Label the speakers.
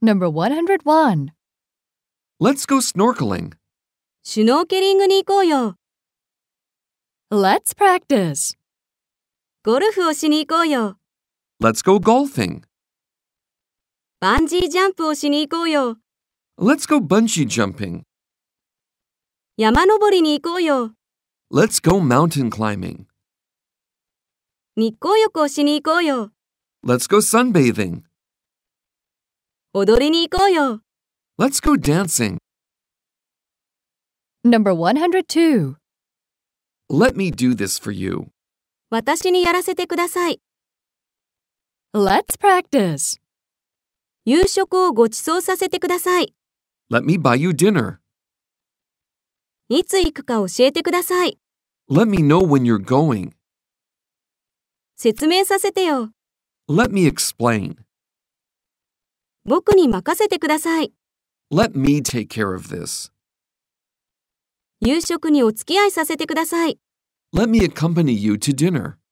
Speaker 1: Number 101.
Speaker 2: Let's go snorkeling.
Speaker 3: シュノーケリングに行こうよ。
Speaker 1: Let's practice.
Speaker 3: ゴルフをしに行こうよ。
Speaker 2: Let's go golfing.
Speaker 3: バンジージャンプをしに行こうよ。
Speaker 2: Let's go bungee jumping.
Speaker 3: 山登りに行こうよ。
Speaker 2: Let's go mountain climbing.
Speaker 3: 日光浴をしに行こうよ。
Speaker 2: Let's go sunbathing.
Speaker 3: 踊りに行こうよ。
Speaker 2: Let's go dancing.
Speaker 1: Number 102.
Speaker 2: Let me do this for you.
Speaker 3: 私にやらせてください。
Speaker 1: Let's practice.
Speaker 3: 夕食をご馳走させてください。
Speaker 2: Let me buy you dinner.
Speaker 3: いつ行くか教えてください。
Speaker 2: Let me know when you're going.
Speaker 3: 説明させてよ。
Speaker 2: Let me explain.
Speaker 3: 僕に任せてください。
Speaker 2: Let me take care of this.
Speaker 3: 夕食にお付き合いさせてください。
Speaker 2: Let me accompany you to dinner.